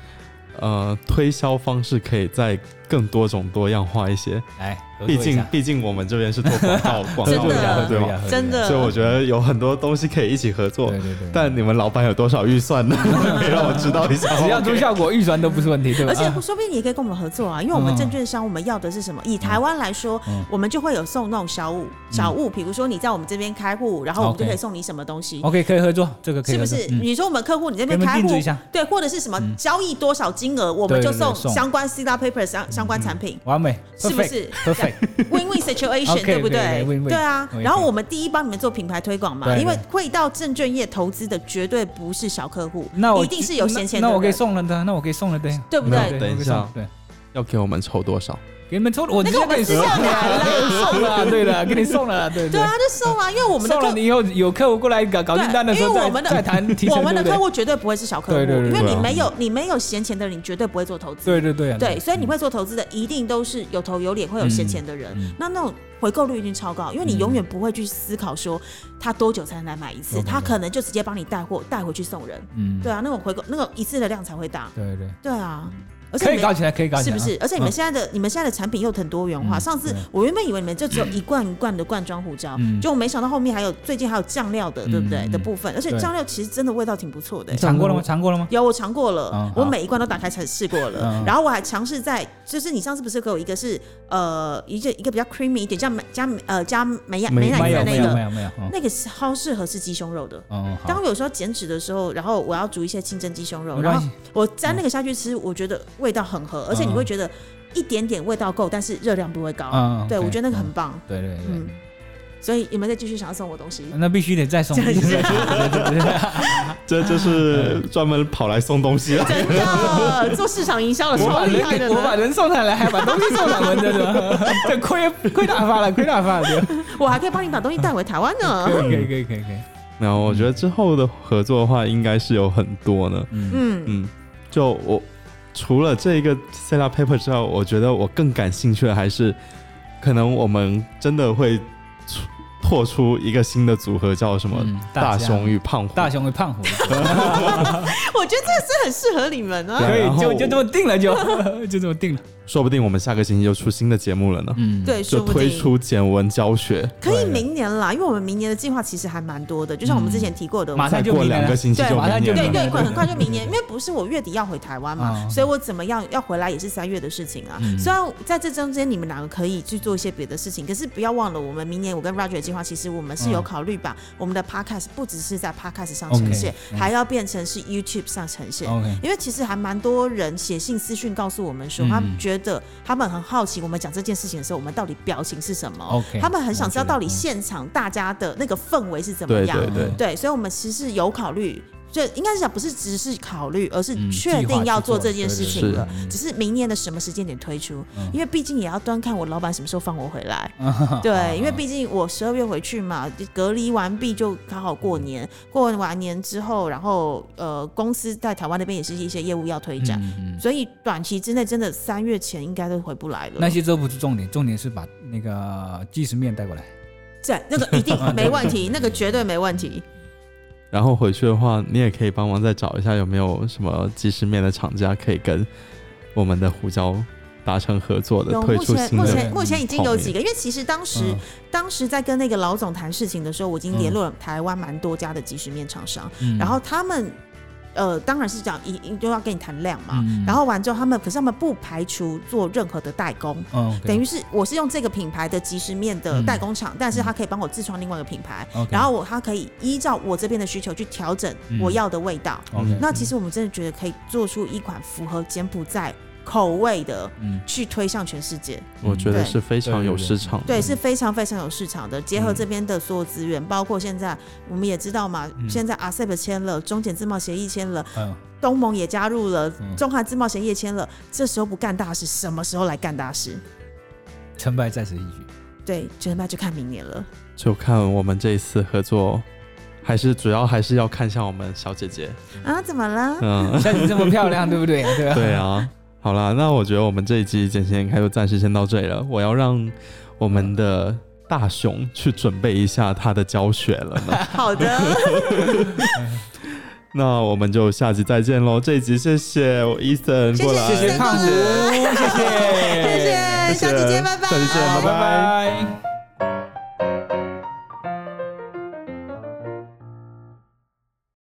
Speaker 2: 呃推销方式可以再更多种多样化一些，
Speaker 3: 来，合作
Speaker 2: 毕
Speaker 3: 一
Speaker 2: 竟
Speaker 3: 下啊
Speaker 2: 毕竟我们这边是做广 告广
Speaker 3: 合
Speaker 2: 告
Speaker 3: 作一下
Speaker 2: 的，
Speaker 1: 真的真
Speaker 2: 对吗？
Speaker 3: 合作一下合作一下
Speaker 1: 的啊
Speaker 2: 所以我觉得有很多东西可以一起合作
Speaker 3: 对，对对，
Speaker 2: 但你们老板有多少预算 呢？可以让我知道一下吗。
Speaker 3: 只要出效果，预算都不是问题，对吧？
Speaker 1: 而且
Speaker 3: 啊
Speaker 1: 说不定你也可以跟我们合作啊，因为我们
Speaker 3: 嗯
Speaker 1: 证券商我们要的是什么？以台湾来说
Speaker 3: 嗯，
Speaker 1: 我们就会有送那种小物，小物，比如说你在我们这边开户，然后我们就
Speaker 3: OK
Speaker 1: 可以送你什么东西。
Speaker 3: OK 可以合作，这个可以
Speaker 1: 是不
Speaker 3: 合作
Speaker 1: 是？
Speaker 3: 嗯
Speaker 1: 你说我们客户你这边
Speaker 3: 给你们
Speaker 1: 开户
Speaker 3: 定制一下，嗯
Speaker 1: 对，或者是什么交易多少金额，我们
Speaker 3: 对
Speaker 1: 就
Speaker 3: 对对
Speaker 1: 送
Speaker 3: 送嗯
Speaker 1: 相关 C 大 paper 相相关产品，
Speaker 3: 完美，
Speaker 1: 是不是
Speaker 3: perfect？perfect？
Speaker 1: ？Win-win situation，
Speaker 3: OK，
Speaker 1: 对不对
Speaker 3: OK，OK，win-win？
Speaker 1: 对啊。
Speaker 3: OK
Speaker 1: 然后我们第一帮你们做品牌推广嘛，
Speaker 3: 对
Speaker 1: 因为
Speaker 3: 对
Speaker 1: 会到证券业投资的绝对不是小客户，
Speaker 3: 那我
Speaker 1: 一定是有闲钱
Speaker 3: 那
Speaker 1: 的
Speaker 3: 那我给
Speaker 1: 人，
Speaker 3: 送了的，那我给送了的，
Speaker 1: 对不
Speaker 2: 那
Speaker 1: 对？
Speaker 2: 对等一下
Speaker 3: 对，
Speaker 2: 要给我们抽多少？
Speaker 3: 给你们抽，我
Speaker 1: 那
Speaker 3: 直
Speaker 1: 个
Speaker 3: 接
Speaker 1: 我
Speaker 3: 给
Speaker 1: 们
Speaker 3: 你
Speaker 1: 私
Speaker 3: 送
Speaker 1: 下聊 啦，
Speaker 3: 送了，对的，给你送了，对
Speaker 1: 对啊，就送啊，因为我们的
Speaker 3: 送
Speaker 1: 客
Speaker 3: 了你以后有客户过来搞搞订单的时
Speaker 1: 对
Speaker 3: 候
Speaker 1: 因为
Speaker 3: 再
Speaker 1: 我们的
Speaker 3: 再谈提成，
Speaker 1: 我们的
Speaker 3: 对
Speaker 1: 客
Speaker 3: 不
Speaker 1: 户绝对不会是小客户，
Speaker 3: 对对对
Speaker 1: 因为
Speaker 2: 对
Speaker 1: 你
Speaker 2: 啊
Speaker 1: 没有你没有闲钱的人，你绝对不会做投资。
Speaker 3: 对嗯对对对
Speaker 1: 对，所以你会做投资的，一定都是有头有脸、会有闲钱的人。
Speaker 3: 嗯
Speaker 1: 那那种回购率一定超高，因为你永远不会去思考说他多久才能来买一次，
Speaker 3: 嗯
Speaker 1: 他可能就直接帮你带货带回去送人。
Speaker 3: 嗯，
Speaker 1: 对啊，那种回购那个一次的量才会大。
Speaker 3: 对对，
Speaker 1: 对啊，
Speaker 3: 嗯
Speaker 1: 而且
Speaker 3: 可
Speaker 1: 你
Speaker 3: 以
Speaker 1: 们
Speaker 3: 搞起来，可以搞起
Speaker 1: 是
Speaker 3: 来，
Speaker 1: 不是？而且你们现在的、你们现在的产品又很多元化。
Speaker 3: 啊嗯
Speaker 1: 上次
Speaker 3: 对
Speaker 1: 我原本以为你们就只有一罐一罐的罐装胡椒，
Speaker 3: 嗯
Speaker 1: 就我没想到后面还有最近还有酱料的，对不对、
Speaker 3: 嗯嗯
Speaker 1: 的部分？而且
Speaker 3: 对
Speaker 1: 酱料其实真的味道挺不嗯错的、
Speaker 3: 你尝过了吗？尝过了吗？
Speaker 1: 有，我尝过了，
Speaker 3: 嗯
Speaker 1: 我
Speaker 3: 好
Speaker 1: 每一罐都打开尝试过了，
Speaker 3: 嗯
Speaker 1: 然后我还尝试在，就是你上次不是给我一个是呃一个一个比较 creamy 一点，加美加美呃加美亚
Speaker 2: 美
Speaker 1: 美奶
Speaker 3: 没有
Speaker 1: 滋
Speaker 3: 没
Speaker 1: 那
Speaker 3: 有没
Speaker 1: 个，
Speaker 3: 有没有，嗯
Speaker 1: 那个超适合吃鸡胸肉的。
Speaker 3: 嗯好，
Speaker 1: 当我有时候减脂的时候，然后我要煮一些清蒸鸡胸肉，
Speaker 3: 没
Speaker 1: 然
Speaker 3: 关
Speaker 1: 后
Speaker 3: 系，嗯
Speaker 1: 我沾那个下去吃，我觉得味道很合，而且你会觉得一点点味道够，但是热量不会高。
Speaker 3: 嗯，
Speaker 1: 对，我觉得那个
Speaker 3: 嗯
Speaker 1: 很棒。
Speaker 3: 对对
Speaker 1: 嗯
Speaker 3: 对，
Speaker 1: 所以你们再继续想要送我东西，
Speaker 3: 那必须得再送，必 须得再送对对 对对
Speaker 2: 这就是专门跑来送东 西了。啊
Speaker 1: 真的做市场营销的
Speaker 3: 我
Speaker 1: 超
Speaker 3: 把
Speaker 1: 厉害
Speaker 3: 人
Speaker 1: 的
Speaker 3: 给我把
Speaker 1: 呢。
Speaker 3: 人送上来，还把东西送上门，真的， 这亏亏大发了，亏大发了，嗯对
Speaker 1: 我还可以帮你把东西带回台湾 呢。
Speaker 3: 可以可以可以可以可以，
Speaker 2: 那我觉得之后的合作的话，应该是有很多呢。
Speaker 3: 嗯
Speaker 1: 嗯，
Speaker 2: 嗯，就我除了这个 set up paper 之外，我觉得我更感兴趣的还是，可能我们真的会出拓出一个新的组合，叫什么？
Speaker 3: 嗯
Speaker 2: 大
Speaker 3: 家
Speaker 2: 熊与胖虎。
Speaker 3: 大熊会胖虎，
Speaker 1: 我觉得这个是很适合你们啊。
Speaker 3: 可以
Speaker 2: 然后
Speaker 3: 就就这么定了，就就 这么定了。
Speaker 2: 说不定我们下个星期就出新的节目了呢。
Speaker 3: 嗯，
Speaker 1: 对，
Speaker 2: 就
Speaker 1: 说不
Speaker 2: 推
Speaker 1: 定
Speaker 2: 出简文教学，
Speaker 1: 可以明年啦，因为我们明年的计划其实还蛮多的，就像我们之前提过的，
Speaker 3: 马
Speaker 2: 再
Speaker 3: 上就
Speaker 2: 过
Speaker 3: 明年
Speaker 2: 两个
Speaker 3: 了
Speaker 2: 星期
Speaker 1: 对
Speaker 2: 就
Speaker 1: 马
Speaker 3: 上
Speaker 2: 明
Speaker 3: 就嗯
Speaker 2: 年
Speaker 1: 对
Speaker 2: 了。
Speaker 1: 对，快很快就明 年，因为不是我月底要回台湾嘛，
Speaker 3: 啊
Speaker 1: 所以我怎么样要回来也是三月的事情啊。
Speaker 3: 嗯
Speaker 1: 虽然在这中间你们两个可以去做一些别的事情，可是不要忘了，我们明年我跟 Roger 的计划，其实我们是有
Speaker 3: 嗯
Speaker 1: 考虑把我们的 Podcast 不只是在 Podcast 上
Speaker 3: OK，
Speaker 1: 呈现，
Speaker 3: 嗯
Speaker 1: 还要变成是 YouTube 上呈现。
Speaker 3: OK，
Speaker 1: 因为其实还蛮多人写信私讯告诉我们说，
Speaker 3: 嗯
Speaker 1: 他们觉得他们很好奇，我们讲这件事情的时候，我们到底表情是什么
Speaker 3: OK，
Speaker 1: 他们很想知道
Speaker 3: 我觉得
Speaker 1: 到底现场大家的那个氛围是怎么
Speaker 2: 对
Speaker 1: 样。
Speaker 2: 对对
Speaker 3: 嗯
Speaker 1: 对所以我们其实有考虑。就应该是讲不是只是考虑，而是
Speaker 3: 嗯
Speaker 1: 确定要做这件事情了
Speaker 3: 计划去做对对，对
Speaker 1: 只是明年的什么时间点推出
Speaker 3: 嗯，
Speaker 1: 因为毕竟也要端看我老板什么时候放我回来。 对，因为毕竟我十二月回去嘛，就隔离完毕就好好过年。过完年之后，然后呃，公司在台湾那边也是一些业务要推展，
Speaker 3: 嗯嗯
Speaker 1: 所以短期之内真的三月前应该都回不来了。
Speaker 3: 那些都不是重点，重点是把那个即食面带过来。
Speaker 1: 在那个一定没问题，那个绝对没问 题。
Speaker 2: 然后回去的话，你也可以帮忙再找一下有没有什么即食面的厂家可以跟我们的胡椒达成合作的，
Speaker 1: 有
Speaker 2: 推
Speaker 1: 目
Speaker 2: 出
Speaker 1: 前
Speaker 2: 新
Speaker 1: 目
Speaker 2: 的。
Speaker 1: 前目前已经有几个，因为其实当时、当时在跟那个老总谈事情的时候，我已经联络了台湾蛮多家的即食面厂商，
Speaker 3: 嗯
Speaker 1: 然后他们呃，当然是讲一一就要跟你谈量嘛。
Speaker 3: 嗯
Speaker 1: 然后完之后，他们可是他们不排除做任何的代工。
Speaker 3: 嗯，
Speaker 1: 等于是我是用这个品牌的即食面的
Speaker 3: 嗯
Speaker 1: 代工厂，但是他可以帮我自创另外一个品牌，
Speaker 3: OK，
Speaker 1: 然后我他可以依照我这边的需求去调整
Speaker 3: 嗯
Speaker 1: 我要的味道。
Speaker 3: OK，
Speaker 1: 嗯那其实我们真的觉得可以做出一款符合柬埔寨口味的，
Speaker 3: 嗯
Speaker 1: 去推向全世界。
Speaker 2: 我觉得
Speaker 1: 对
Speaker 2: 是非常有市场的。
Speaker 1: 对，是非常非常有市场的。结合这边的所有资源，包括现在我们也知道嘛，
Speaker 3: 嗯
Speaker 1: 现在 RCEP 签了，中柬自贸协议签了，
Speaker 3: 嗯
Speaker 1: 东盟也加入了，
Speaker 3: 嗯
Speaker 1: 中韩自贸协议也签了。这时候不干大事，什么时候来干大事？
Speaker 3: 成败在此一举。
Speaker 1: 对，全麦就看明年了。
Speaker 2: 就看我们这一次合作，还是主要还是要看向我们小 姐姐。
Speaker 1: 啊，怎么了？
Speaker 2: 嗯，
Speaker 3: 像你这么漂亮，对不对？对吧？
Speaker 2: 对啊。好啦，那我觉得我们这一集简先开就暂时先到这里了。我要让我们的大熊去准备一下他的教学了呢。
Speaker 1: 好的，
Speaker 2: 那我们就下集再见喽。这一集谢谢我 Ethan
Speaker 1: 谢
Speaker 2: 过来，
Speaker 1: 谢
Speaker 3: 谢谢胖虎，谢谢，
Speaker 1: 谢谢，小姐姐，拜拜，
Speaker 2: 下期见，拜拜
Speaker 3: 拜拜。